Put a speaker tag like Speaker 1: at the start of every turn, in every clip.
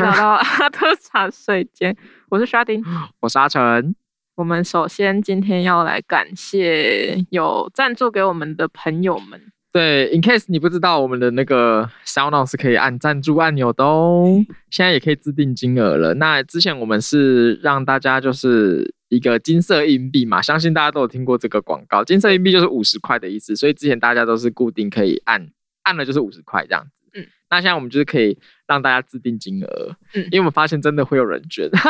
Speaker 1: 大特茶水间，我是沙丁。
Speaker 2: 我是阿成，
Speaker 1: 我们首先今天要来感谢有赞助给我们的朋友们，
Speaker 2: 对，in case 你不知道，我们的那个 Sound On 是可以按赞助按钮的哦，现在也可以自定金额了。那之前我们是让大家就是一个金色硬币嘛，相信大家都有听过这个广告，金色硬币就是五十块的意思，所以之前大家都是固定可以按，按了就是五十块这样子。
Speaker 1: 嗯，
Speaker 2: 那现在我们就是可以让大家自定金额，
Speaker 1: 嗯
Speaker 2: 因为我们发现真的会有人捐。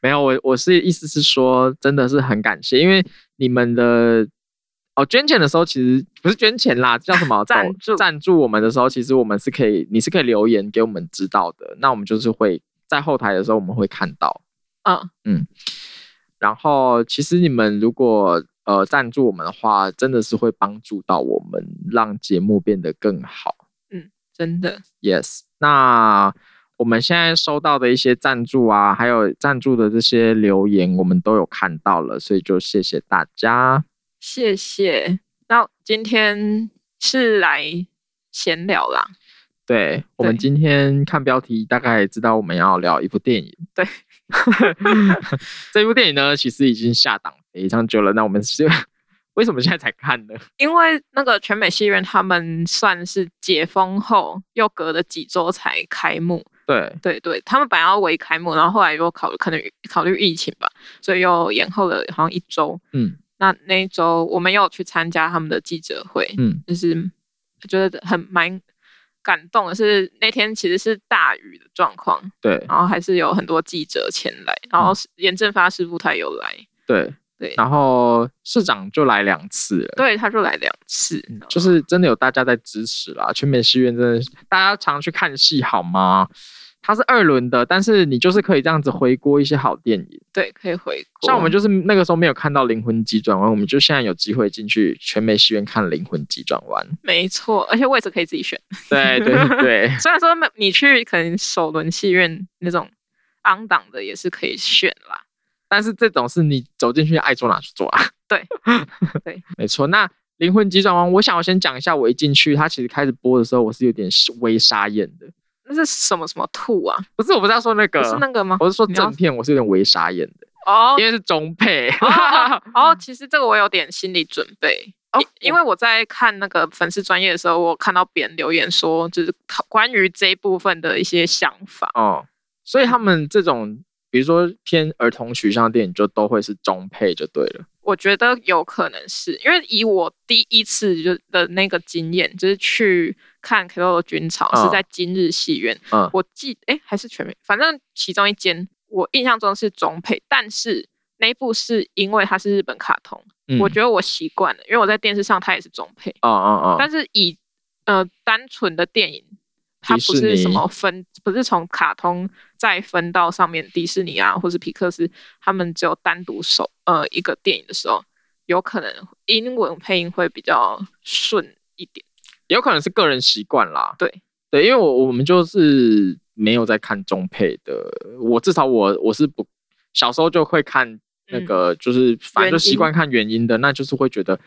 Speaker 2: 没有，我我是意思是说，真的是很感谢，因为你们的哦捐钱的时候，其实不是捐钱啦，叫什么
Speaker 1: 赞
Speaker 2: 抖
Speaker 1: 助
Speaker 2: 赞助我们的时候，其实我们是可以，你是可以留言给我们知道的，那我们就是会在后台的时候我们会看到。
Speaker 1: 嗯，
Speaker 2: 然后其实你们如果呃赞助我们的话，真的是会帮助到我们，让节目变得更好。
Speaker 1: 真的，
Speaker 2: Yes，那我们现在收到的一些赞助啊，还有赞助的这些留言，我们都有看到了，所以就谢谢大家。
Speaker 1: 谢谢。那今天是来闲聊啦，
Speaker 2: 对我们
Speaker 1: 对
Speaker 2: 今天看标题，大概也知道我们要聊一部电影。
Speaker 1: 对，
Speaker 2: 这部电影呢，其实已经下档非常久了。那我们是 为什么现在才看呢？
Speaker 1: 因为那个全美戏院他们算是解封后又隔了几周才开幕，
Speaker 2: 对，
Speaker 1: 对对，他们本来要围开幕，然后后来又考可能考虑疫情吧，所以又延后了好像一周。
Speaker 2: 嗯
Speaker 1: 那那一周我们有去参加他们的记者会，
Speaker 2: 嗯，
Speaker 1: 就是觉得很蛮感动的是，那天其实是大雨的状况，
Speaker 2: 对
Speaker 1: 然后还是有很多记者前来，然
Speaker 2: 嗯
Speaker 1: 后严正发师傅他有来，
Speaker 2: 对
Speaker 1: 对
Speaker 2: 然后市长就来两次了。
Speaker 1: 对，他就来两次，
Speaker 2: 嗯就是真的有大家在支持啦。全美戏院真的是，大家常去看戏好吗？它是二轮的，但是你就是可以这样子回锅一些好电影。
Speaker 1: 对，可以回国。
Speaker 2: 像我们就是那个时候没有看到《灵魂急转弯》，我们就现在有机会进去全美戏院看《灵魂急转弯》
Speaker 1: 没错，而且位置可以自己选。
Speaker 2: 对。对 对对
Speaker 1: 虽然说没你去可能首轮戏院那种昂档的也是可以选啦。
Speaker 2: 但是这种是你走进去爱坐哪就坐啊。
Speaker 1: 对对，
Speaker 2: 没错。那《灵魂急转弯》，我想要先讲一下，我一进去，它其实开始播的时候，我是有点微傻眼的。
Speaker 1: 那是什么什么兔啊？
Speaker 2: 不是，我不是要说那个，
Speaker 1: 不是那个吗？
Speaker 2: 我是说
Speaker 1: 你要
Speaker 2: 正片，我是有点微傻眼的。
Speaker 1: 哦
Speaker 2: 因为是中配。
Speaker 1: 哦 哦，其实这个我有点心理准备。
Speaker 2: 哦
Speaker 1: 因因为我在看那个粉丝专业的时候，我看到别人留言说，就是讨关于这一部分的一些想法。
Speaker 2: 哦，所以他们这种，比如说偏儿童取向的电影，就都会是中配就对了。
Speaker 1: 我觉得有可能是因为以我第一次就的那个经验，就是去看《k o 的军草》
Speaker 2: 嗯
Speaker 1: 是在今日戏院，
Speaker 2: 嗯
Speaker 1: 我记哎还是全美，反正其中一间我印象中是中配，但是那一部是因为它是日本卡通，
Speaker 2: 嗯
Speaker 1: 我觉得我习惯了，因为我在电视上它也是中配，
Speaker 2: 哦哦哦，
Speaker 1: 但是以呃单纯的电影。它
Speaker 2: 迪士
Speaker 1: 不是什
Speaker 2: 尼
Speaker 1: 么分，不是从卡通再分到上面迪士尼啊，或是皮克斯，他们只有单独首呃一个电影的时候，有可能英文配音会比较顺一点。
Speaker 2: 有可能是个人习惯啦。
Speaker 1: 对
Speaker 2: 对，因为我我们就是没有在看中配的，我至少我我是不小时候就会看那个，就是反正
Speaker 1: 嗯
Speaker 2: 就
Speaker 1: 原
Speaker 2: 习惯看原音的，那就是会觉得。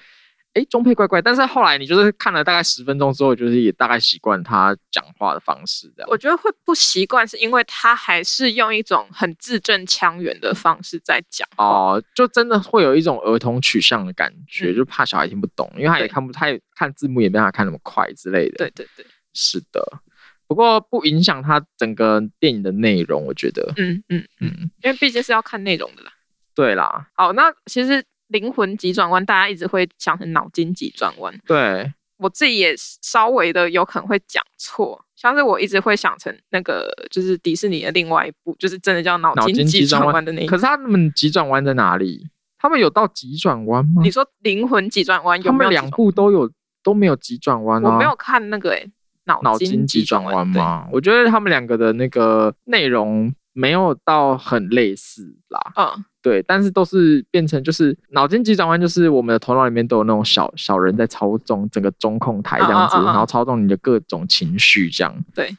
Speaker 2: 哎，中配怪怪，但是后来你就是看了大概十分钟之后，就是也大概习惯他讲话的方式这样。
Speaker 1: 我觉得会不习惯，是因为他还是用一种很字正腔圆的方式在讲话。
Speaker 2: 哦，就真的会有一种儿童取向的感觉，
Speaker 1: 嗯
Speaker 2: 就怕小孩听不懂，因为他也
Speaker 1: 对
Speaker 2: 看不太看字幕，也没办法看那么快之类的。
Speaker 1: 对，对对，
Speaker 2: 是的。不过不影响他整个电影的内容，我觉得。
Speaker 1: 嗯嗯，
Speaker 2: 嗯，
Speaker 1: 因为毕竟是要看内容的啦。
Speaker 2: 对啦，
Speaker 1: 好，那其实灵魂急转弯，大家一直会想成脑筋急转弯，
Speaker 2: 对，
Speaker 1: 我自己也稍微的有可能会讲错，像是我一直会想成那个就是迪士尼的另外一部，就是真的叫脑
Speaker 2: 脑筋急
Speaker 1: 急
Speaker 2: 转
Speaker 1: 转
Speaker 2: 弯
Speaker 1: 弯的那一
Speaker 2: 可。是他们急转弯在哪里？他们有到急转弯吗
Speaker 1: 你？说灵魂急转弯
Speaker 2: 他
Speaker 1: 有没
Speaker 2: 们
Speaker 1: 有
Speaker 2: 两
Speaker 1: 急转
Speaker 2: 部都有都没有急转弯
Speaker 1: 弯？
Speaker 2: 啊？
Speaker 1: 我没有看那个诶、
Speaker 2: 脑
Speaker 1: 脑
Speaker 2: 筋急
Speaker 1: 急
Speaker 2: 转弯
Speaker 1: 对
Speaker 2: 吗？我觉得他们两个的那个内容没有到很类似啦。
Speaker 1: 嗯，
Speaker 2: 对，但是都是变成就是脑筋急转弯，就是我们的头脑里面都有那种小小人在操纵整个中控台这样子，
Speaker 1: 嗯嗯嗯嗯
Speaker 2: 然后操纵你的各种情绪这样。
Speaker 1: 对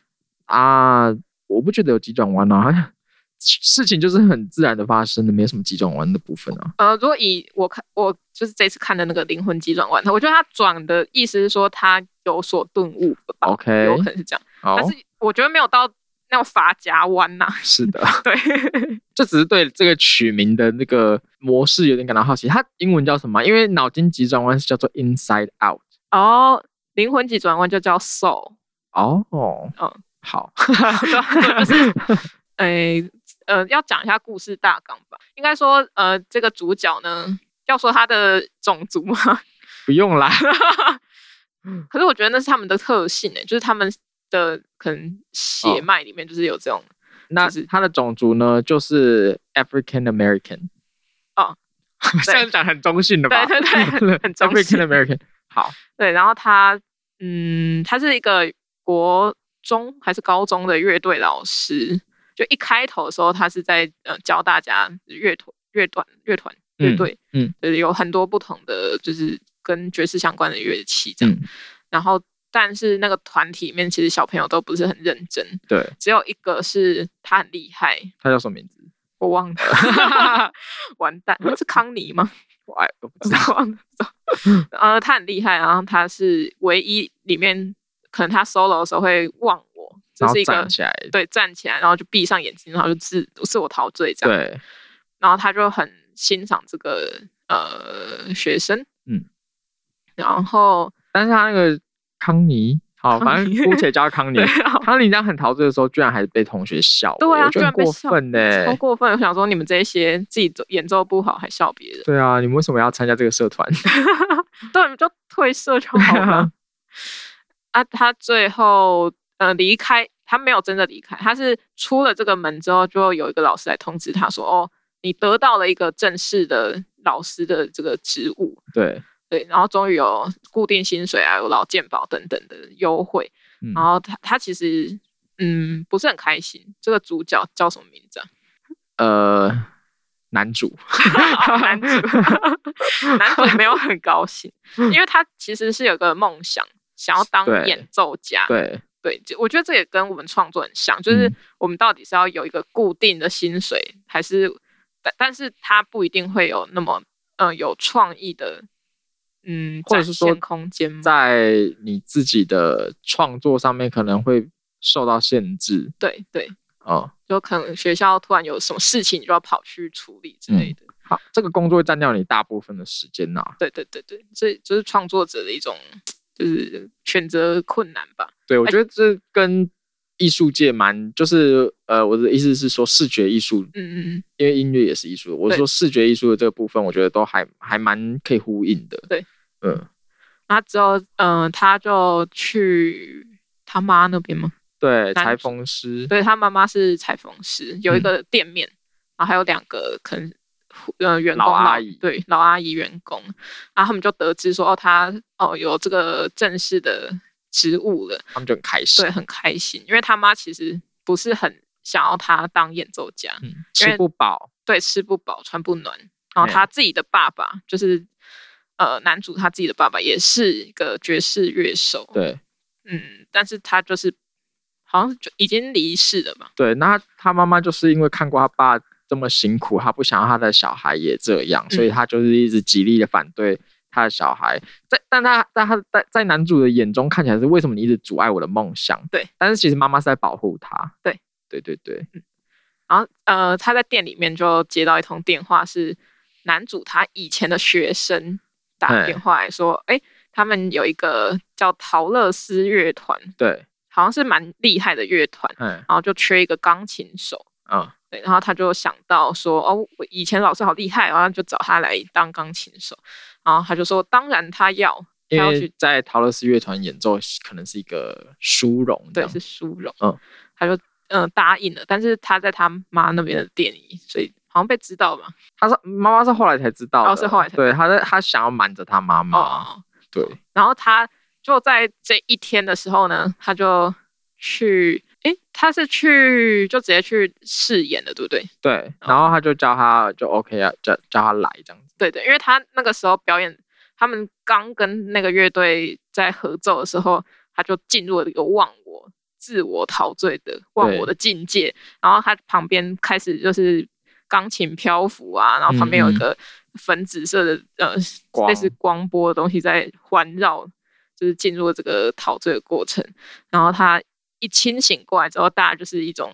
Speaker 2: 啊，我不觉得有急转弯啊，事情就是很自然的发生的，没有什么急转弯的部分啊。
Speaker 1: 呃，如果以我看我就是这次看的那个灵魂急转弯，我觉得他转的意思是说他有所顿悟吧
Speaker 2: OK，
Speaker 1: 啊有可能是这样，
Speaker 2: 好
Speaker 1: 但，是我觉得没有到那种法夹弯呐、
Speaker 2: 是的，
Speaker 1: 对，
Speaker 2: 就只是对这个取名的那个模式有点感到好奇。它英文叫什么啊？因为脑筋急转弯是叫做 Inside Out。
Speaker 1: 然后灵魂急转弯就叫 soul，
Speaker 2: 哦，
Speaker 1: 嗯，
Speaker 2: 好，
Speaker 1: 对就是诶呃，要讲一下故事大纲吧。应该说，呃，这个主角呢，要说他的种族嘛，
Speaker 2: 不用啦。
Speaker 1: 可是我觉得那是他们的特性诶、就是他们的可能血
Speaker 2: 哦
Speaker 1: 脉里面就是有这种
Speaker 2: 那
Speaker 1: 就是
Speaker 2: 它的种族呢，就是 African American。
Speaker 1: 哦，
Speaker 2: 这样讲很中性的吧？
Speaker 1: 对对 对很中性
Speaker 2: African American。好，
Speaker 1: 对，然后他，嗯，他是一个国中还是高中的乐队老师。就一开头的时候，他是在呃教大家乐团、乐团、乐团、乐
Speaker 2: 嗯
Speaker 1: 队，
Speaker 2: 嗯
Speaker 1: 就是有很多不同的，就是跟爵士相关的乐器这样。
Speaker 2: 嗯，
Speaker 1: 然后，但是那个团体里面，其实小朋友都不是很认真，
Speaker 2: 对，
Speaker 1: 只有一个是他很厉害，
Speaker 2: 它叫什么名字？
Speaker 1: 我忘了， 完蛋，是康妮吗？
Speaker 2: 我哎，我不
Speaker 1: 不
Speaker 2: 知
Speaker 1: 知
Speaker 2: 道。
Speaker 1: 道忘了走。
Speaker 2: 嗯
Speaker 1: 呃，他很厉害，然后他是唯一里面可能他 solo 的时候会忘我，这
Speaker 2: 然后
Speaker 1: 是一个
Speaker 2: 站起来，
Speaker 1: 对站起来，然后就闭上眼睛，然后就自自我陶醉这样。
Speaker 2: 对，
Speaker 1: 然后他就很欣赏这个呃学生，
Speaker 2: 嗯，
Speaker 1: 然后
Speaker 2: 但是他那个康妮，好，
Speaker 1: 康
Speaker 2: 反
Speaker 1: 妮
Speaker 2: 正姑且叫他康妮
Speaker 1: 对，。然后
Speaker 2: 康妮这样很陶醉的时候，居然还被同学笑，欸
Speaker 1: 对啊
Speaker 2: 我觉得
Speaker 1: 居然
Speaker 2: 很
Speaker 1: 被
Speaker 2: 过
Speaker 1: 笑
Speaker 2: 分呢、欸
Speaker 1: 超过分，我想说你们这些自己演奏不好还笑别人，
Speaker 2: 对啊，你们为什么要参加这个社团？
Speaker 1: 对，你们就退社就好了。啊，他最后呃离开，他没有真的离开，他是出了这个门之后，就有一个老师来通知他说：“哦，你得到了一个正式的老师的这个职务，
Speaker 2: 对，
Speaker 1: 对，然后终于有固定薪水啊，有劳健保等等的优惠。
Speaker 2: 嗯
Speaker 1: 然后他他其实嗯不是很开心。这个主角叫什么名字啊？
Speaker 2: 呃，男主，
Speaker 1: 哦男主，男主没有很高兴，因为他其实是有个梦想，想要当
Speaker 2: 嗯对
Speaker 1: 演奏家。
Speaker 2: 对，
Speaker 1: 对，就我觉得这也跟我们创作很像，就是
Speaker 2: 嗯
Speaker 1: 我们到底是要有一个固定的薪水，还是但但是它不一定会有那么呃有创意的嗯，
Speaker 2: 或者
Speaker 1: 展
Speaker 2: 是说
Speaker 1: 现空间嘛
Speaker 2: 在你自己的创作上面可能会受到限制
Speaker 1: 对对，
Speaker 2: 哦。
Speaker 1: 就可能学校突然有什么事情，你就要跑去处理之
Speaker 2: 嗯
Speaker 1: 类的。
Speaker 2: 好，这个工作会占掉你大部分的时间呐、
Speaker 1: 对对对对，所以就是创作者的一种就是选择困难吧。
Speaker 2: 对，我觉得这跟艺术界蛮，就是呃，我的意思是说，视觉艺术，
Speaker 1: 嗯嗯嗯，
Speaker 2: 因为音乐也是艺术，我是
Speaker 1: 对
Speaker 2: 说视觉艺术的这个部分，我觉得都还还蛮可以呼应的。
Speaker 1: 对，
Speaker 2: 嗯，
Speaker 1: 那之后嗯、呃他就去他妈那边吗？
Speaker 2: 对，
Speaker 1: 男
Speaker 2: 裁
Speaker 1: 主
Speaker 2: 缝师，
Speaker 1: 对他妈妈是裁缝师，有一
Speaker 2: 嗯
Speaker 1: 个店面，然后还有两个可能呃员工
Speaker 2: 老阿姨
Speaker 1: 对老阿姨员工，然后他们就得知说哦他哦有这个正式的职务了，
Speaker 2: 他们就很开心
Speaker 1: 对，，很开心，因为他妈其实不是很想要他当演奏家，
Speaker 2: 嗯，
Speaker 1: 因
Speaker 2: 吃
Speaker 1: 为
Speaker 2: 不饱，
Speaker 1: 对，吃不饱穿不暖，然
Speaker 2: 哎
Speaker 1: 后他自己的爸爸就是呃男主他自己的爸爸也是一个爵士乐手，
Speaker 2: 对
Speaker 1: 嗯，但是他就是好像就已经离世了嘛。
Speaker 2: 对。那他妈妈就是因为看过他爸这么辛苦，他不想让他的小孩也这样，
Speaker 1: 嗯
Speaker 2: 所以他就是一直极力的反对他的小孩。在但他但他在在男主的眼中看起来是为什么你一直阻碍我的梦想？
Speaker 1: 对，
Speaker 2: 但是其实妈妈是在保护他。
Speaker 1: 对
Speaker 2: 对对对，
Speaker 1: 然后呃，他在店里面就接到一通电话，是男主他以前的学生打
Speaker 2: 嘿
Speaker 1: 电话来说，哎，他们有一个叫陶乐斯乐团，
Speaker 2: 对，
Speaker 1: 好像是蛮厉害的乐团，
Speaker 2: 嗯
Speaker 1: 然后就缺一个钢琴手。
Speaker 2: 嗯
Speaker 1: 对，然后他就想到说，哦，我以前老师好厉害，然后就找他来当钢琴手。然后他就说，当然他要，他
Speaker 2: 因
Speaker 1: 要
Speaker 2: 为
Speaker 1: 去，
Speaker 2: 在陶乐斯乐团演奏可能是一个殊荣这
Speaker 1: 对，
Speaker 2: 样，
Speaker 1: 是殊荣。
Speaker 2: 嗯，
Speaker 1: 他就嗯、呃答应了，但是他在他妈那边的店里，所以好像被知道嘛。
Speaker 2: 他是妈妈是后来才知道的，
Speaker 1: 哦是后来才
Speaker 2: 对，他在他想要瞒着他妈妈，
Speaker 1: 哦。
Speaker 2: 嗯对，
Speaker 1: 然后他就在这一天的时候呢，他就去，诶，他是去就直接去试演的，对不对？
Speaker 2: 对，
Speaker 1: 哦
Speaker 2: 然后他就叫他就 OK 啊，叫叫他来这样子。
Speaker 1: 对对，因为他那个时候表演，他们刚跟那个乐队在合奏的时候，他就进入了一个忘我、自我陶醉的忘我的境界，然后他旁边开始就是。钢琴漂浮啊，然后旁边有一
Speaker 2: 嗯嗯
Speaker 1: 个粉紫色的、呃
Speaker 2: 光
Speaker 1: 类似光波的东西在环绕，就是进入这个陶醉的过程。然后他一清醒过来之后，大家就是一种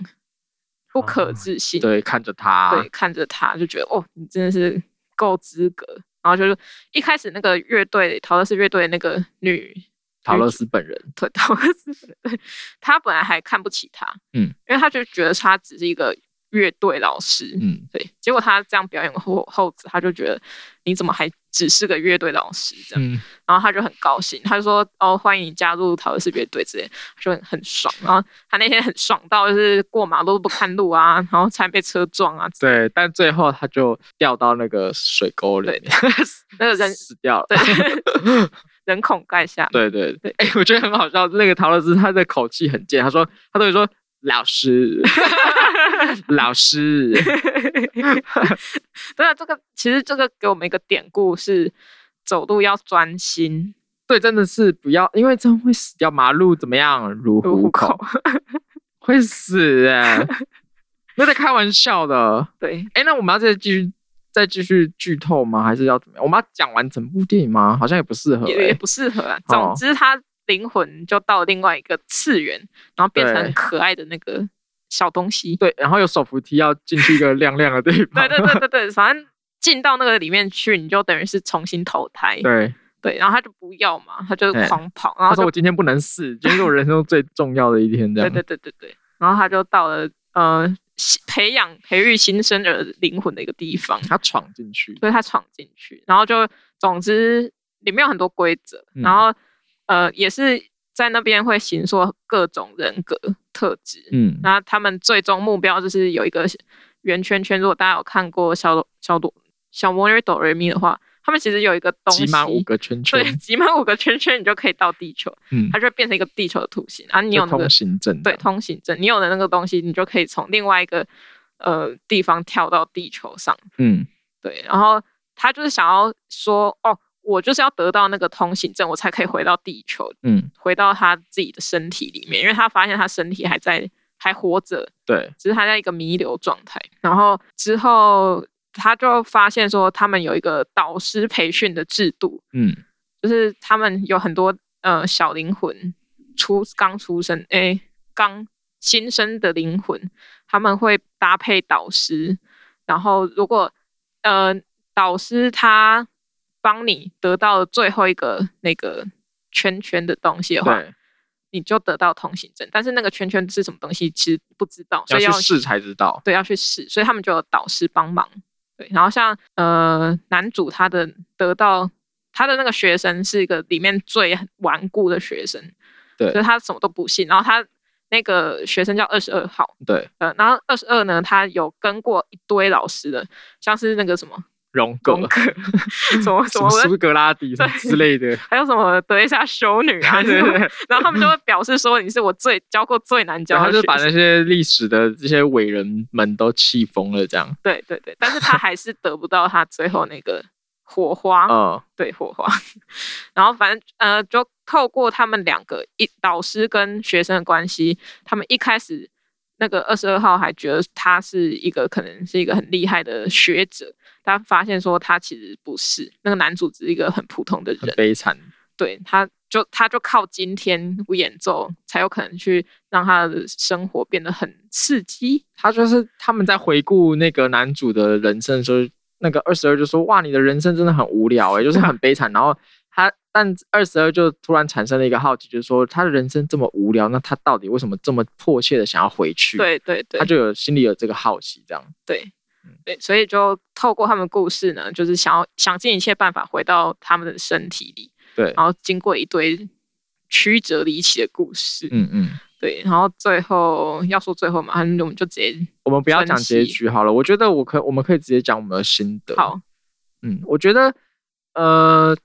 Speaker 1: 不
Speaker 2: 哦
Speaker 1: 可置信，
Speaker 2: 对，看着他，
Speaker 1: 嗯对，看着他就觉得哦，你真的是够资格。然后就是一开始那个乐队，陶乐斯乐队的那个女
Speaker 2: 陶乐斯本人，
Speaker 1: 对，陶乐斯本人，他本来还看不起他，
Speaker 2: 嗯，
Speaker 1: 因为他就觉得他只是一个乐队老师，
Speaker 2: 嗯，
Speaker 1: 对。结果他这样表演后后子，他就觉得你怎么还只是个乐队老师这样？
Speaker 2: 嗯，
Speaker 1: 然后他就很高兴，他就说：“哦，欢迎你加入陶乐士乐队之类。”他就很很爽。然后他那天很爽到就是过马路不看路啊，然后差点被车撞啊，
Speaker 2: 对，但最后他就掉到那个水沟里
Speaker 1: 对
Speaker 2: 面，
Speaker 1: 那个人
Speaker 2: 死掉了。
Speaker 1: 对人孔盖下。
Speaker 2: 对对对，哎、我觉得很好笑。那个陶乐斯他的口气很贱，他说他都会说老 师，老师，
Speaker 1: 对啊，这个其实这个给我们一个典故是走路要专心
Speaker 2: 对，真的是不要，因为真会死掉。马路怎么样，如
Speaker 1: 入
Speaker 2: 虎口，
Speaker 1: 口。
Speaker 2: 会死哎、没有在开玩笑的。
Speaker 1: 对，
Speaker 2: 哎、那我们要再继续再继续剧透吗？还是要怎么样？我们要讲完整部电影吗？好像也不适合、
Speaker 1: 也也
Speaker 2: 欸。
Speaker 1: 不适合啊。
Speaker 2: 哦
Speaker 1: 总之，他灵魂就到另外一个次元，然后变
Speaker 2: 对
Speaker 1: 成可爱的那个小东 西。
Speaker 2: 对，然后有手扶梯要进去一个亮亮的地 方。
Speaker 1: 对对对对对，反正进到那个里面去，你就等于是重新投胎。
Speaker 2: 对
Speaker 1: 对然后他就不要嘛，他就
Speaker 2: 对
Speaker 1: 狂跑，然
Speaker 2: 他
Speaker 1: 后
Speaker 2: 说
Speaker 1: 就
Speaker 2: 我今天不能死，今天是我人生中最重要的一天，
Speaker 1: 对
Speaker 2: 这 样。
Speaker 1: 对对对对，然后他就到了呃新培养培育新生儿灵魂的一个地方，
Speaker 2: 他闯进去，
Speaker 1: 所以他闯进去，然后就总之里面有很多规则，
Speaker 2: 嗯
Speaker 1: 然后呃也是在那边会行说各种人格特质，
Speaker 2: 嗯，
Speaker 1: 那他们最终目标就是有一个圆圈圈。如果大家有看过小小朵小魔女哆瑞咪的话，他们其实有一个东西，
Speaker 2: 挤满五个圈圈
Speaker 1: 对，，挤满五个圈圈，你就可以到地球，
Speaker 2: 嗯，
Speaker 1: 它就会变成一个地球的图形啊。你
Speaker 2: 就
Speaker 1: 有那个
Speaker 2: 通行证
Speaker 1: 对
Speaker 2: 的，
Speaker 1: 通行证，你有的那个东西，你就可以从另外一个呃地方跳到地球上。
Speaker 2: 嗯，
Speaker 1: 对，然后他就是想要说，哦，我就是要得到那个通行证，我才可以回到地球，
Speaker 2: 嗯，
Speaker 1: 回到他自己的身体里面，因为他发现他身体还在还活着，
Speaker 2: 对，
Speaker 1: 只是他在一个弥留状态。然后之后他就发现说，他们有一个导师培训的制度，
Speaker 2: 嗯，
Speaker 1: 就是他们有很多呃小灵魂出刚出生，诶、刚新生的灵魂，他们会搭配导师，然后如果呃导师他帮你得到最后一个那个圈圈的东西的话，
Speaker 2: 对，
Speaker 1: 你就得到通行证，但是那个圈圈是什么东西，其实不知道，所
Speaker 2: 要
Speaker 1: 以
Speaker 2: 去
Speaker 1: 要
Speaker 2: 试才知道。
Speaker 1: 对要去试，所以他们就有导师帮忙。对，然后像呃男主他的得到他的那个学生是一个里面最顽固的学生，
Speaker 2: 对
Speaker 1: 所以他什么都不信。然后他那个学生叫二十二号，
Speaker 2: 对，
Speaker 1: 呃，然后二十二呢，他有跟过一堆老师的，像是那个什么
Speaker 2: 荣格、
Speaker 1: 荣格什 么什
Speaker 2: 什
Speaker 1: 么
Speaker 2: 么。苏格拉底什么
Speaker 1: 对
Speaker 2: 之类的，
Speaker 1: 还有什么德雷莎修女啊？
Speaker 2: 对对
Speaker 1: 什么
Speaker 2: 对，
Speaker 1: 然后他们就会表示说你是我最教过最难教
Speaker 2: 然后
Speaker 1: 的
Speaker 2: 就
Speaker 1: 学
Speaker 2: 把
Speaker 1: 生。
Speaker 2: 那些历史的这些伟人们都气疯了，这样。
Speaker 1: 对对对，但是他还是得不到他最后那个火 花。
Speaker 2: 嗯，
Speaker 1: 对火花。然后反正呃，就透过他们两个一导师跟学生的关系，他们一开始那个二十二号还觉得他是一个可能是一个很厉害的学者，他发现说他其实不是，那个男主只是一个很普通的
Speaker 2: 很
Speaker 1: 人，
Speaker 2: 悲惨。
Speaker 1: 对，他就他就靠今天演奏才有可能去让他的生活变得很刺激。
Speaker 2: 他就是他们在回顾那个男主的人生的时候，那个二十二就说：“哇，你的人生真的很无聊哎、就是很悲惨。”然后他，但二十二就突然产生了一个好奇，就是说他的人生这么无聊，那他到底为什么这么迫切的想要回去？，
Speaker 1: 对对对
Speaker 2: 他，就有心里有这个好奇，这样。
Speaker 1: 对
Speaker 2: 嗯，
Speaker 1: 对，所以就透过他们故事呢，就是想要想尽一切办法回到他们的身体里，
Speaker 2: 对，
Speaker 1: 然后经过一堆曲折离奇的故事，
Speaker 2: 嗯嗯，
Speaker 1: 对，然后最后要说最后嘛，反正我们就直接
Speaker 2: 我们不要讲
Speaker 1: 分析
Speaker 2: 结局好了，我觉得我可我们可以直接讲我们的心得。
Speaker 1: 好，
Speaker 2: 嗯，我觉得，呃，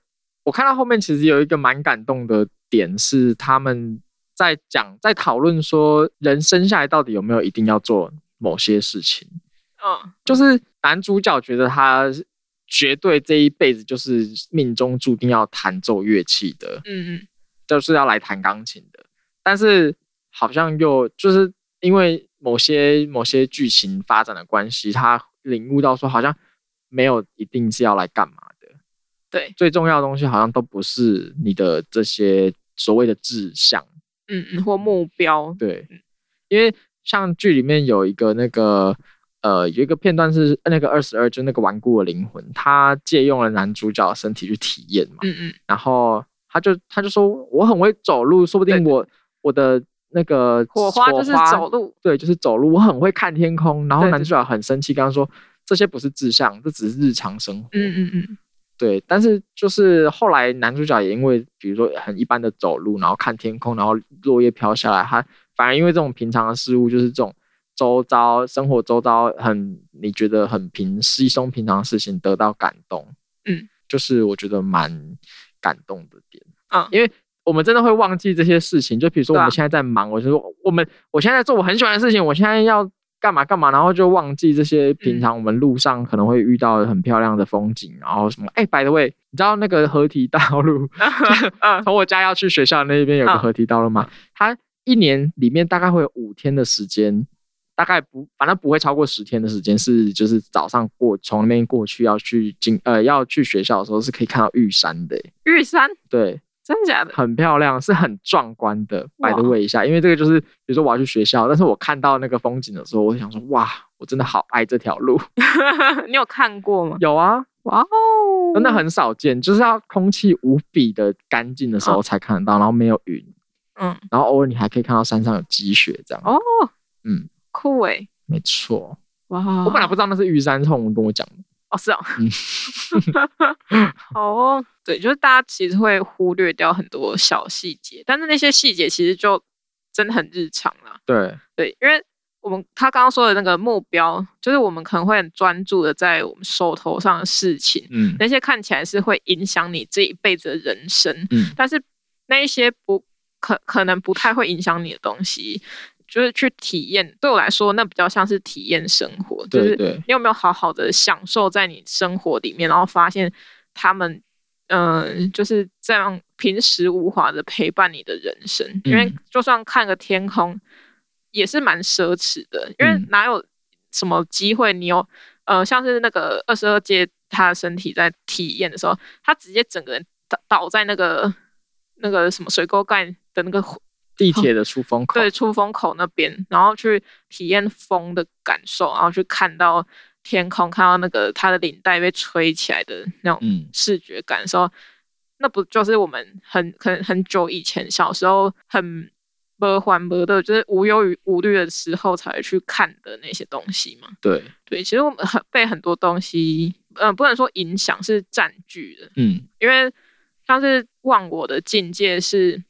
Speaker 2: 我看到后面其实有一个蛮感动的点是，他们在讲在讨论说，人生下来到底有没有一定要做某些事情？
Speaker 1: 嗯，
Speaker 2: 就是男主角觉得他绝对这一辈子就是命中注定要弹奏乐器的，
Speaker 1: 嗯嗯，
Speaker 2: 就是要来弹钢琴的，但是好像又就是因为某些某些剧情发展的关系，他领悟到说好像没有一定是要来干嘛的。
Speaker 1: 对，
Speaker 2: 最重要的东西好像都不是你的这些所谓的志向，
Speaker 1: 嗯嗯，或目标，
Speaker 2: 对，因为像剧里面有一个那个呃有一个片段是那个二十二，就是那个顽固的灵魂，他借用了男主角的身体去体验嘛，
Speaker 1: 嗯嗯，
Speaker 2: 然后他就他就说我很会走路，说不定
Speaker 1: 对对
Speaker 2: 我我的那个
Speaker 1: 火花就是走路，
Speaker 2: 对，就是走路，我很会看天空。然后
Speaker 1: 对
Speaker 2: 男
Speaker 1: 对
Speaker 2: 主角很生气，跟他说这些不是志向，这只是日常生活。
Speaker 1: 嗯嗯嗯，
Speaker 2: 对，但是就是后来男主角也因为比如说很一般的走路，然后看天空，然后落叶飘下来，他反而因为这种平常的事物，就是这种周遭生活周遭很你觉得很平稀松平常的事情得到感动，
Speaker 1: 嗯，
Speaker 2: 就是我觉得蛮感动的点，
Speaker 1: 嗯
Speaker 2: 因为。我们真的会忘记这些事情，就比如说我
Speaker 1: 对啊
Speaker 2: 们现在在忙，我就说我们我现在在做我很喜欢的事情，我现在要干嘛干嘛，然后就忘记这
Speaker 1: 嗯
Speaker 2: 些平常我们路上可能会遇到的很漂亮的风景，然后什么哎，by the way，你知道那个河堤道路，
Speaker 1: 嗯
Speaker 2: 从我家要去学校那边有个
Speaker 1: 嗯
Speaker 2: 河堤道路吗？它一年里面大概会有五天的时间，大概不反正不会超过十天的时间是就是早上过从那边过去要去经呃要去学校的时候是可以看到玉山的、欸
Speaker 1: 玉山
Speaker 2: 对，
Speaker 1: 真假的，
Speaker 2: 很漂亮，是很壮观的。
Speaker 1: 哇
Speaker 2: 摆的位一下，因为这个就是，比如说我要去学校，但是我看到那个风景的时候，我就想说，哇，我真的好爱这条路。
Speaker 1: 你有看过吗？
Speaker 2: 有啊，
Speaker 1: 哇哦，
Speaker 2: 真的很少见，就是要空气无比的干净的时候才看得到，然后没有云，
Speaker 1: 哦嗯
Speaker 2: 然后偶尔你还可以看到山上有积雪这样。
Speaker 1: 哦，
Speaker 2: 嗯，
Speaker 1: 酷诶，
Speaker 2: 没错，
Speaker 1: 哇，
Speaker 2: 我本来不知道那是玉山，是我们跟我讲的。
Speaker 1: 哦是哦
Speaker 2: 嗯，
Speaker 1: 好哦，对，就是大家其实会忽略掉很多小细节，但是那些细节其实就真的很日常啦。
Speaker 2: 对，
Speaker 1: 对，因为我们他刚刚说的那个目标，就是我们可能会很专注的在我们手头上的事情，
Speaker 2: 嗯
Speaker 1: 那些看起来是会影响你这一辈子的人生，
Speaker 2: 嗯
Speaker 1: 但是那一些不可可能不太会影响你的东西，就是去体验。对我来说，那比较像是体验生活，就
Speaker 2: 对
Speaker 1: 是
Speaker 2: 对
Speaker 1: 你有没有好好的享受在你生活里面，然后发现他们。嗯、就是这样平时无华的陪伴你的人生，因为
Speaker 2: 嗯
Speaker 1: 就算看个天空，也是蛮奢侈的，因为
Speaker 2: 嗯
Speaker 1: 哪有什么机会你有呃，像是那个二十二届他的身体在体验的时候，他直接整个人倒倒在那个那个什么水沟盖的那个
Speaker 2: 地铁的出风口。
Speaker 1: 哦对出风口那边，然后去体验风的感受，然后去看到天空，看到那个他的领带被吹起来的那种
Speaker 2: 嗯，
Speaker 1: 视觉感受，那不就是我们很可能很久以前小时候很不欢不的，就是无忧于无虑的时候才会去看的那些东西吗？
Speaker 2: 对，
Speaker 1: 对，其实我们很被很多东西，嗯、不能说影响，是占据的。
Speaker 2: 嗯
Speaker 1: 因为像是忘我的境界是，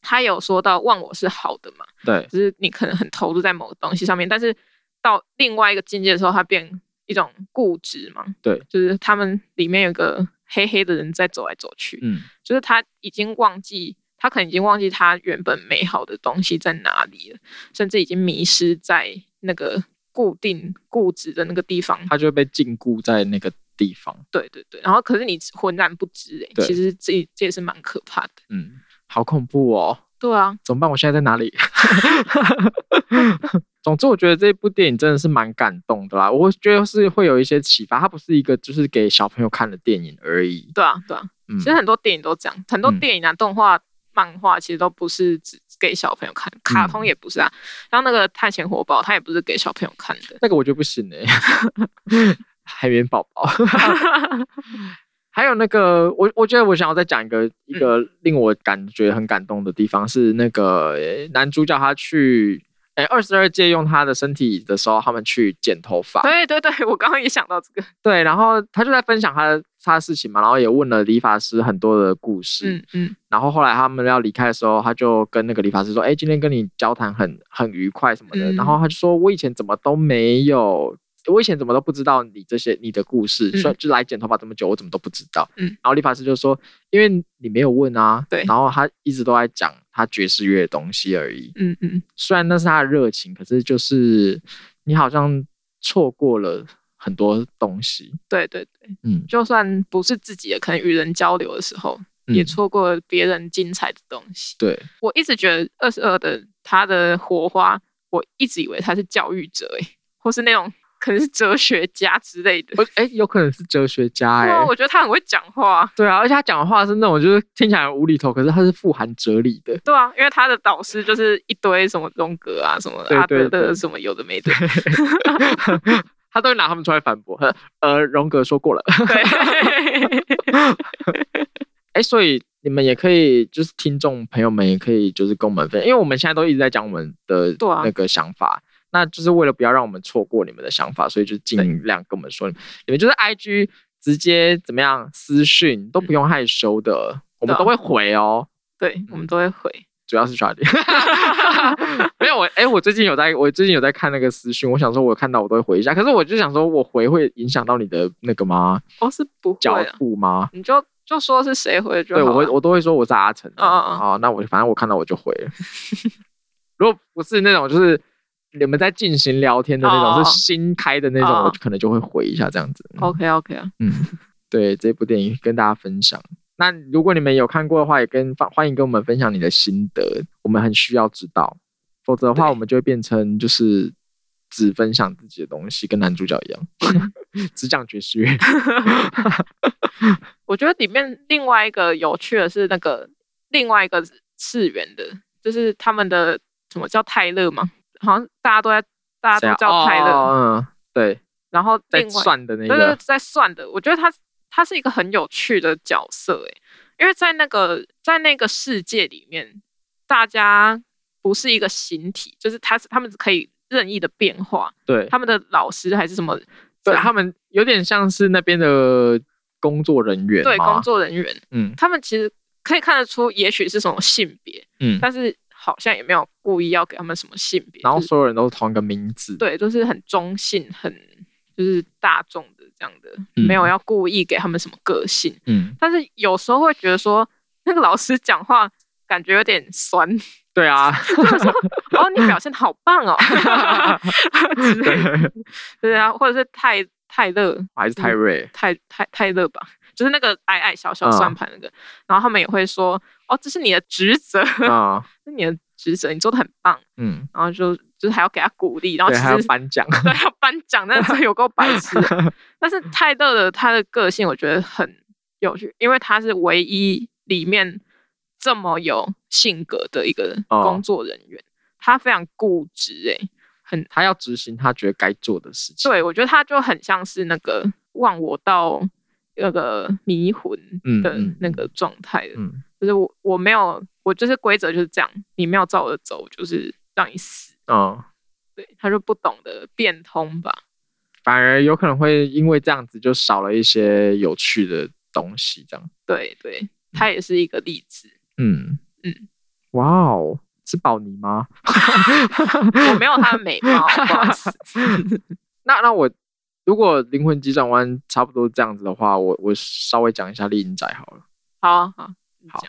Speaker 1: 他有说到忘我是好的嘛，
Speaker 2: 对，
Speaker 1: 就是你可能很投入在某个东西上面，但是到另外一个境界的时候，它变一种固执嘛。
Speaker 2: 对，
Speaker 1: 就是他们里面有个黑黑的人在走来走去，
Speaker 2: 嗯
Speaker 1: 就是他已经忘记，他可能已经忘记他原本美好的东西在哪里了，甚至已经迷失在那个固定固执的那个地方。
Speaker 2: 他就被禁锢在那个地方。
Speaker 1: 对对对，然后可是你浑然不知哎、
Speaker 2: 对
Speaker 1: 其实这这也是蛮可怕的。
Speaker 2: 嗯，好恐怖哦。
Speaker 1: 对啊，
Speaker 2: 怎么办？我现在在哪里？ 总之，我觉得这部电影真的是蛮感动的啦。我觉得是会有一些启发，它不是一个就是给小朋友看的电影而已。
Speaker 1: 对啊，对啊，
Speaker 2: 嗯
Speaker 1: 其，实很多电影都这样，很多
Speaker 2: 嗯
Speaker 1: 电影啊、动画、漫画其实都不是只给小朋友看，卡通也不是啊。然后那个《探险活宝》它也不是给小朋友看的。
Speaker 2: 那个我就不行哎、海绵宝宝。还有那个，我我觉得我想要再讲一个一个令我感觉很感动的地方是那个呃男主角他去哎二十二借用他的身体的时候，他们去剪头发。
Speaker 1: 对对对， 我刚刚也想到这个。
Speaker 2: 对，然后他就在分享他的他的事情嘛，然后也问了理发师很多的故事。
Speaker 1: 嗯嗯
Speaker 2: 然后后来他们要离开的时候，他就跟那个理发师说：“哎，今天跟你交谈很很愉快什么的。
Speaker 1: 嗯
Speaker 2: 然后他就说：“我以前怎么都没有，我以前怎么都不知道你这些你的故事，
Speaker 1: 嗯
Speaker 2: 所以就来剪头发这么久，我怎么都不知道。”
Speaker 1: 嗯
Speaker 2: 然后理发师就说：“因为你没有问啊。”
Speaker 1: 对
Speaker 2: 然后他一直都在讲他爵士乐的东西而已。
Speaker 1: 嗯嗯，
Speaker 2: 虽然那是他的热情，可是就是你好像错过了很多东西。
Speaker 1: 对对对，
Speaker 2: 嗯，
Speaker 1: 就算不是自己的，可能与人交流的时候，
Speaker 2: 嗯
Speaker 1: 也错过了别人精彩的东西。
Speaker 2: 对，
Speaker 1: 我一直觉得二十二的他的火花，我一直以为他是教育者、欸，或是那种可能是哲学家之类的。
Speaker 2: 我哎、有可能是哲学家哎、
Speaker 1: 对啊，我觉得他很会讲话。
Speaker 2: 对啊，而且他讲的话是那种就是听起来很无厘头，可是他是富含哲理的。
Speaker 1: 对啊，因为他的导师就是一堆什么荣格啊，什么
Speaker 2: 对
Speaker 1: 阿
Speaker 2: 对
Speaker 1: 德勒
Speaker 2: 对
Speaker 1: 什么有的没的。
Speaker 2: 他都会拿他们出来反驳。 呵呃，荣格说过了，
Speaker 1: 对，
Speaker 2: 哎，所以你们也可以，就是听众朋友们也可以，就是跟我们分享，因为我们现在都一直在讲我们的
Speaker 1: 对啊
Speaker 2: 那个想法，那就是为了不要让我们错过你们的想法，所以就尽量跟我们说，你们就是 IG 直接怎么样私讯都不用害羞的，我
Speaker 1: 嗯对
Speaker 2: 们
Speaker 1: 啊
Speaker 2: 都会回哦。
Speaker 1: 对，我们都会回。
Speaker 2: 主要是 Charlie，没有我哎、我最近有在，我最近有在看那个私讯，我想说我看到我都会回一下，可是我就想说我回会影响到你的那个吗？
Speaker 1: 哦，是不
Speaker 2: 脚
Speaker 1: 会啊，
Speaker 2: 步吗？
Speaker 1: 你就就说是谁回就
Speaker 2: 对，
Speaker 1: 好
Speaker 2: 我
Speaker 1: 啊
Speaker 2: 会
Speaker 1: 了
Speaker 2: 我都会说我是阿成。啊
Speaker 1: 嗯嗯嗯
Speaker 2: 好，那我反正我看到我就回 了。如果不是那种就是你们在进行聊天的那
Speaker 1: 哦
Speaker 2: 种，
Speaker 1: 哦
Speaker 2: 是新开的那种，
Speaker 1: 哦哦
Speaker 2: 我就可能就会回一下这样子。嗯
Speaker 1: OK OK 啊，
Speaker 2: 对这部电影跟大家分享。那如果你们有看过的话，也跟欢欢迎跟我们分享你的心得，我们很需要知道。否则的话，
Speaker 1: 对
Speaker 2: 我们就会变成就是只分享自己的东西，跟男主角 一样，只讲爵士乐。
Speaker 1: 我觉得里面另外一个有趣的是那个另外一个次元的，就是他们的什么叫泰勒嘛，好像大家都在大
Speaker 2: 这
Speaker 1: 家
Speaker 2: 样
Speaker 1: 都叫泰勒，
Speaker 2: 啊哦嗯，对，
Speaker 1: 然后
Speaker 2: 在
Speaker 1: 另外
Speaker 2: 算的那
Speaker 1: 对对，
Speaker 2: 个，
Speaker 1: 在算的。我觉得他他是一个很有趣的角色，诶，因为在那个在那个世界里面，大家不是一个形体，就是他是他们可以任意的变化，
Speaker 2: 对，
Speaker 1: 他们的老师还是什么什
Speaker 2: 对
Speaker 1: 么
Speaker 2: 他们有点像是那边的工作人员
Speaker 1: 对
Speaker 2: 嘛
Speaker 1: 工，作人员，
Speaker 2: 嗯
Speaker 1: 他们其实可以看得出，也许是什么性别，
Speaker 2: 嗯，
Speaker 1: 但是好像也没有故意要给他们什么性别，
Speaker 2: 然后
Speaker 1: 就是
Speaker 2: 所有人都是同一个名字，
Speaker 1: 对，就是很中性，很就是大众的这样的，
Speaker 2: 嗯
Speaker 1: 没有要故意给他们什么个性。
Speaker 2: 嗯，
Speaker 1: 但是有时候会觉得说，那个老师讲话感觉有点酸，
Speaker 2: 对啊，
Speaker 1: 就是说哦，你表现得好棒 哦，之类的，
Speaker 2: 对，
Speaker 1: 对啊，或者是泰泰勒
Speaker 2: 还是泰 瑞，
Speaker 1: 泰泰泰勒吧，就是那个矮矮小小
Speaker 2: 嗯
Speaker 1: 算盘那个，然后他们也会说，哦，这是你的职责，
Speaker 2: 啊，
Speaker 1: 是你的职责，你做的很棒，
Speaker 2: 嗯，
Speaker 1: 然后就就是还要给他鼓励，然后
Speaker 2: 对，
Speaker 1: 其实
Speaker 2: 还要颁奖，
Speaker 1: 对要颁奖，那是有够白痴的。 但是泰勒的他的个性我觉得很有趣，因为他是唯一里面这么有性格的一个
Speaker 2: 哦
Speaker 1: 工作人员，他非常固执诶、
Speaker 2: 他要执行他觉得该做的事情，
Speaker 1: 对，我觉得他就很像是那个忘我到那个迷魂
Speaker 2: 嗯
Speaker 1: 的
Speaker 2: 嗯
Speaker 1: 那个状态的，
Speaker 2: 嗯，
Speaker 1: 就是我我没有我就是规则就是这样，你没有照我的走，我就是让你死。
Speaker 2: 嗯，
Speaker 1: 对，他就不懂得变通吧。
Speaker 2: 反而有可能会因为这样子就少了一些有趣的东西，这样，
Speaker 1: 对对，他也是一个例子。
Speaker 2: 嗯
Speaker 1: 嗯，
Speaker 2: 哇哦，是宝妮吗？
Speaker 1: 我没有他的美貌，不好意思。
Speaker 2: 那那我如果灵魂急转弯差不多这样子的话，我我稍微讲一下丽英仔好了。
Speaker 1: 好啊好啊，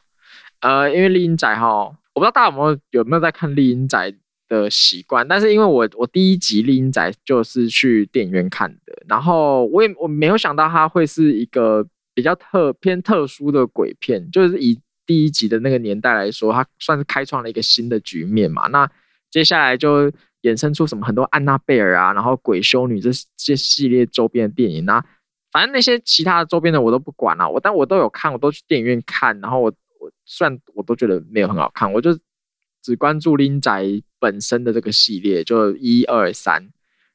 Speaker 2: 呃，因为丽英仔哈，我不知道大家有没有有没有在看丽英仔的习惯，但是因为我我第一集丽英仔就是去电影院看的，然后我也我没有想到它会是一个比较特偏特殊的鬼片，就是以第一集的那个年代来说，它算是开创了一个新的局面嘛。那接下来就衍生出什么很多安娜贝尔啊，然后鬼修女这这系列周边的电影啊，反正那些其他的周边的我都不管了、我但我都有看，我都去电影院看，然后我我虽然我都觉得没有很好看，我就只关注林宅本身的这个系列，就一二三，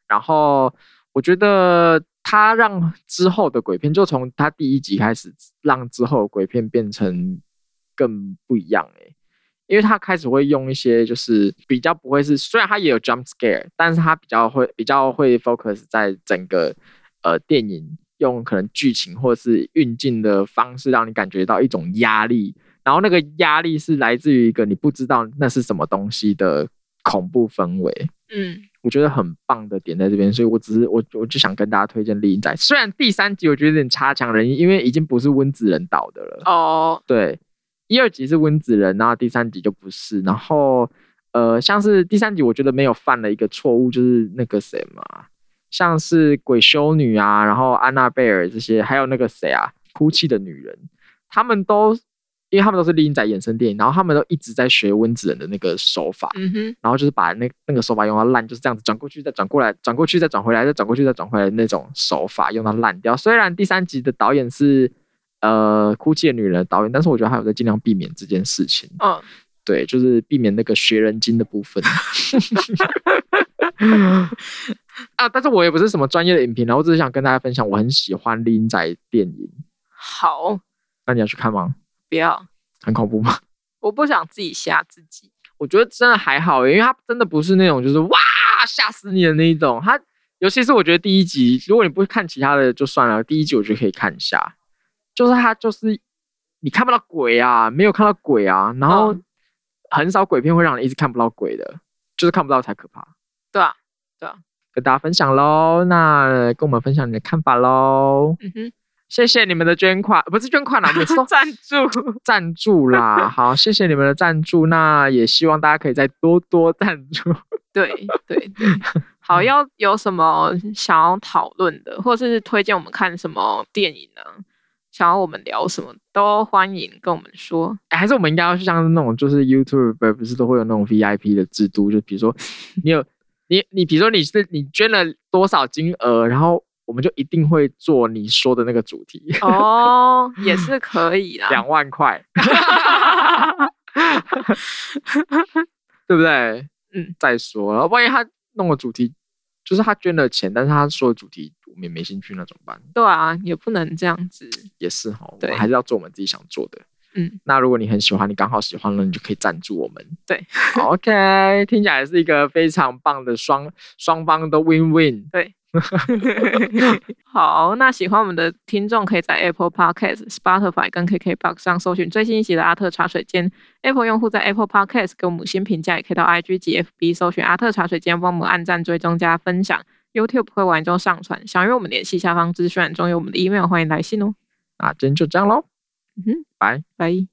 Speaker 2: 然后我觉得它让之后的鬼片，就从它第一集开始，让之后的鬼片变成更不一样诶、因为它开始会用一些就是比较不会是，虽然它也有 jump scare，但是它比较会比较会 focus 在整个呃电影用可能剧情或是运镜的方式，让你感觉到一种压力，然后那个压力是来自于一个你不知道那是什么东西的恐怖氛围。
Speaker 1: 嗯，
Speaker 2: 我觉得很棒的点在这边，所以我只是我我就想跟大家推荐《丽影仔》，虽然第三集我觉得有点差强人意，因为已经不是温子仁导的了。
Speaker 1: 哦，
Speaker 2: 对，一二集是温子仁，然后第三集就不是。然后呃，像是第三集我觉得没有犯了一个错误，就是那个谁嘛，像是鬼修女啊，然后安娜贝尔这些，还有那个谁啊，哭泣的女人，他们都。因为他们都是丽英仔衍生电影，然后他们都一直在学温子仁的那个手法，
Speaker 1: 嗯哼，
Speaker 2: 然后就是把那那个手法用到烂，就是这样子转过去再转过来，转过去再转回来，再转过去再转回来的那种手法用到烂掉。虽然第三集的导演是呃《哭泣的女人》的导演，但是我觉得他有在尽量避免这件事情，
Speaker 1: 嗯，
Speaker 2: 对，就是避免那个学人精的部分。
Speaker 1: 嗯
Speaker 2: 啊，但是我也不是什么专业的影评，然后我只是想跟大家分享，我很喜欢丽英仔电影，
Speaker 1: 好，
Speaker 2: 那你要去看吗？
Speaker 1: 不要，
Speaker 2: 很恐怖吗？
Speaker 1: 我不想自己吓自己。
Speaker 2: 我觉得真的还好欸，因为它真的不是那种就是哇吓死你的那一种。它尤其是我觉得第一集，如果你不看其他的就算了，第一集我觉得可以看一下，就是它就是你看不到鬼啊，没有看到鬼啊，然后
Speaker 1: 嗯
Speaker 2: 很少鬼片会让人一直看不到鬼的，就是看不到才可怕。
Speaker 1: 对啊，对啊，
Speaker 2: 跟大家分享喽，那跟我们分享你的看法喽，
Speaker 1: 嗯哼，
Speaker 2: 谢谢你们的捐款，不是捐款啦，每次都
Speaker 1: 赞助，
Speaker 2: 赞助啦，好，谢谢你们的赞助，那也希望大家可以再多多赞助。
Speaker 1: 对对对，好，要有什么想要讨论的，或者是推荐我们看什么电影呢？想要我们聊什么，都欢迎跟我们说。
Speaker 2: 哎还是我们应该要像那种就是 YouTube 不是都会有那种 VIP 的制度，就比如说你有你你比如说你是你捐了多少金额，然后我们就一定会做你说的那个主题，
Speaker 1: 哦，也是可以啦。
Speaker 2: 两万块，对不对？
Speaker 1: 嗯，
Speaker 2: 再说，然后万一他弄个主题，就是他捐了钱，但是他说的主题我们也没兴趣，那怎么办？
Speaker 1: 对啊，也不能这样子。
Speaker 2: 也是哈，我
Speaker 1: 对
Speaker 2: 们还是要做我们自己想做的。
Speaker 1: 嗯，
Speaker 2: 那如果你很喜欢，你刚好喜欢了，你就可以赞助我们。
Speaker 1: 对
Speaker 2: ，OK，听起来是一个非常棒的双双方都 win win。
Speaker 1: 好，那喜欢我们的听众可以在 Apple Podcast、Spotify 跟 KKBox 上搜寻最新一集的阿特茶水间。Apple 用户在 Apple Podcast 给我们五星评价，也可以到 IG 及 FB 搜寻阿特茶水间，帮我们按赞、追踪、加分享。YouTube 会完中上传，想与我们联系，下方资讯栏中有我们的 email，欢迎来信哦。
Speaker 2: 那今天就这样喽。
Speaker 1: 嗯哼，
Speaker 2: 拜
Speaker 1: 拜。